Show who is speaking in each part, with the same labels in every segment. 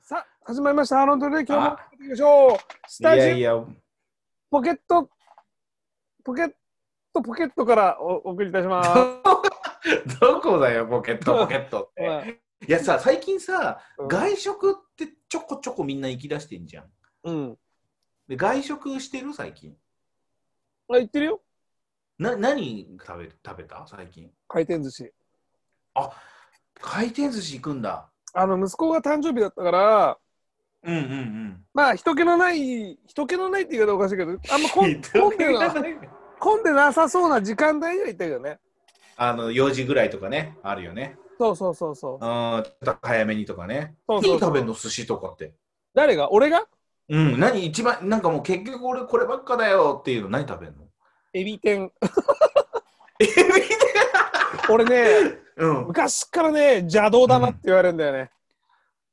Speaker 1: さあ、始まりました。アーロンドルで今日もやっていきましょう。スタ
Speaker 2: い
Speaker 1: ジオ
Speaker 2: やいや、
Speaker 1: ポケット、ポケット、ポケットからおお送りいたします。
Speaker 2: どこだよ、ポケット、ポケットって。
Speaker 1: はい
Speaker 2: いやさ、最近さ、
Speaker 1: うん
Speaker 2: 外食ってちょこちょこみんな行き出してんじゃん。
Speaker 1: うん。
Speaker 2: で、外食してる最近。
Speaker 1: あ、言ってるよ。
Speaker 2: な、何食べ食べた最近。
Speaker 1: 回転寿司。
Speaker 2: 回転寿司行くんだ。
Speaker 1: あの、息子が誕生日だったから、
Speaker 2: うんうんうん。
Speaker 1: まあ、人気のない、人気のないって言い方おかしいけど、あんま混 ん混んでな
Speaker 2: あ
Speaker 1: 混んでなさそうな時間帯には行ったけどね。
Speaker 2: の4時ぐらいとかね、あるよね。
Speaker 1: そうそうそうそう
Speaker 2: う。ん、ちょっと早めにとかね。
Speaker 1: そうそうそう
Speaker 2: 何食べんの寿司とかって。
Speaker 1: 誰が俺が
Speaker 2: うん、何一番、なんかもう結局俺こればっかだよっていうの何食べんの
Speaker 1: エビ天。
Speaker 2: エビで
Speaker 1: 俺ね、
Speaker 2: うん。
Speaker 1: 昔からね、邪道だなって言われるんだよね。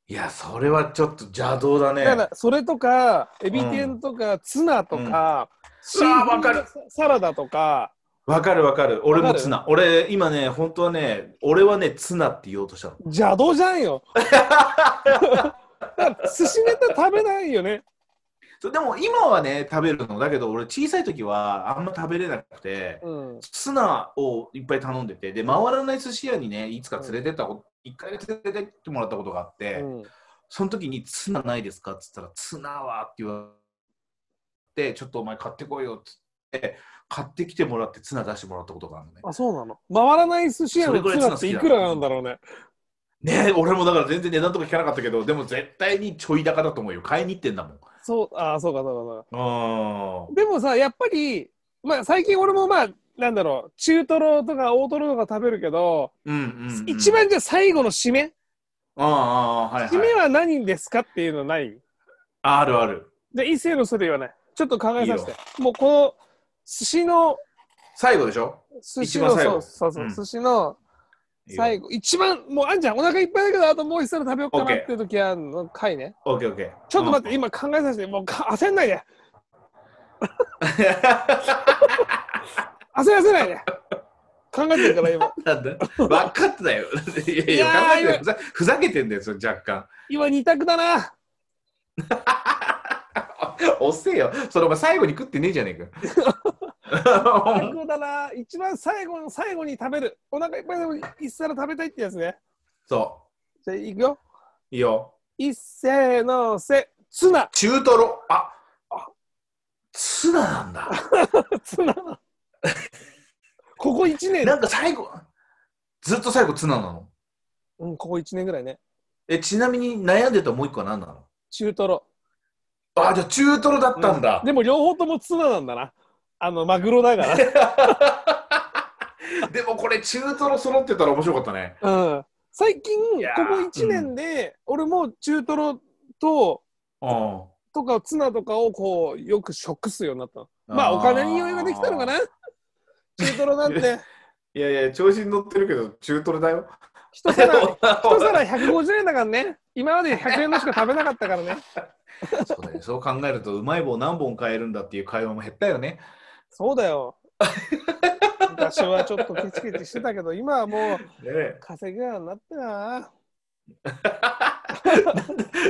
Speaker 2: いや、それはちょっと邪道だね。
Speaker 1: だからそれとかエビ天とか、ツナとか、シーフード
Speaker 2: わかる
Speaker 1: サラダとか
Speaker 2: わかるわかる。俺
Speaker 1: わ
Speaker 2: も
Speaker 1: かる
Speaker 2: ツナ。俺、今ね、本当はね、俺はね、ツナって言おうとしたの。
Speaker 1: 邪道じゃん よだから寿司ネタ食べないよね
Speaker 2: そうでも今はね、食べるの。だけど、俺、小さい時はあんま食べれなくて、
Speaker 1: うん
Speaker 2: ツナをいっぱい頼んでて、で、回らない寿司屋にね、いつか連れてったこと、一回連れてってもらったことがあって、
Speaker 1: うん
Speaker 2: その時にツナないですかって言ったら、ツナはって言われて、ちょっとお前買ってこいよってって、買ってきてもらってツナ出してもらったことがあるのね。
Speaker 1: あそうなの回らない寿司屋の
Speaker 2: それぐら
Speaker 1: ツ
Speaker 2: い
Speaker 1: ナっていくらなんだろうね
Speaker 2: ねえ俺もだから全然値段とか聞かなかったけどでも絶対にちょい高だと思うよ買いに行ってんだもん
Speaker 1: そうあそうかそうかそう
Speaker 2: あ
Speaker 1: かでもさやっぱりまあ最近俺もまあなんだろう中トロとか大トロとか食べるけど、
Speaker 2: うんうん、うん、
Speaker 1: 一番じゃあ最後の締め
Speaker 2: ああああはい、
Speaker 1: 締め
Speaker 2: はい、
Speaker 1: は何ですかっていうのない、
Speaker 2: あるある
Speaker 1: じゃあ一斉のそれ言わない。ちょっと考えさせて。
Speaker 2: いい
Speaker 1: もうこの寿司の、
Speaker 2: 最後でしょ
Speaker 1: 寿司の、
Speaker 2: 一番最
Speaker 1: そ
Speaker 2: 後
Speaker 1: うそうそう、
Speaker 2: うん
Speaker 1: 寿司の
Speaker 2: いいよ
Speaker 1: 最後、一番、もうあんじゃん、お腹いっぱいだけど、あともう一皿食べようかな
Speaker 2: オッケー
Speaker 1: っていう時は、の回ね。
Speaker 2: オッケーオッケー
Speaker 1: ちょっと待って、今考えさせて、もうか焦んない で。焦らせないで。考えてるから今。
Speaker 2: うんなんだ分かってたよいやいや考え
Speaker 1: い
Speaker 2: て
Speaker 1: や
Speaker 2: たよふざふざけてんだよそれ若干
Speaker 1: 今二択だな。
Speaker 2: 遅えよそれお前最後に食ってねえじゃねえか
Speaker 1: 二択だな。一番最後の最後に食べる。お腹いっぱいでも一皿食べたいってやつね。
Speaker 2: そ
Speaker 1: じゃあ、いくよ。
Speaker 2: ういいよ
Speaker 1: 一斉のせ、ツナ。
Speaker 2: 中トロああツナな んだ
Speaker 1: ツナ。ここ一年
Speaker 2: な、んか最後、ずっと最後ツナなの。
Speaker 1: うん、ここ一年ぐらいね。
Speaker 2: え、ちなみに悩んでたもう一個は何なの
Speaker 1: 中トロ。
Speaker 2: あ、じゃあ中トロだったんだ。
Speaker 1: でも両方ともツナなんだな。あの、マグロだか
Speaker 2: でもこれ中トロ揃ってたら面白かったね。
Speaker 1: ら。 うん。最近、こ
Speaker 2: いやー
Speaker 1: こ1年で、俺も中トロと、
Speaker 2: うん。
Speaker 1: とかツナとかをこう、よく食すようになったの。まあ、お金に余裕ができたのか な中トロなんて、
Speaker 2: いやいや、調子に乗ってるけど、中トロだよ。
Speaker 1: 一 皿、一皿150円だからね。今まで100円のしか食べなかったからね。
Speaker 2: そうだねそう考えると、うまい棒何本買えるんだっていう会話も減ったよね。
Speaker 1: そうだ よ。昔はちょっとケチケチしてたけど、今はもう
Speaker 2: ねえ
Speaker 1: 稼ぐようになってな。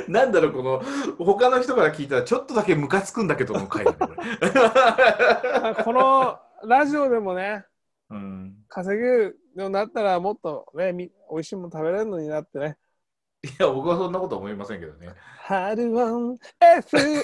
Speaker 2: なんだろう、この、他の人から聞いたら、ちょっとだけムカつくんだけどの回だね、これ。
Speaker 1: まあこのラジオでもね、
Speaker 2: うん
Speaker 1: 稼ぐようになったらもっとねみ美味しいもの食べれるのになってね
Speaker 2: いや、僕はそんなこと思いませんけどね。
Speaker 1: 「春ワン FM」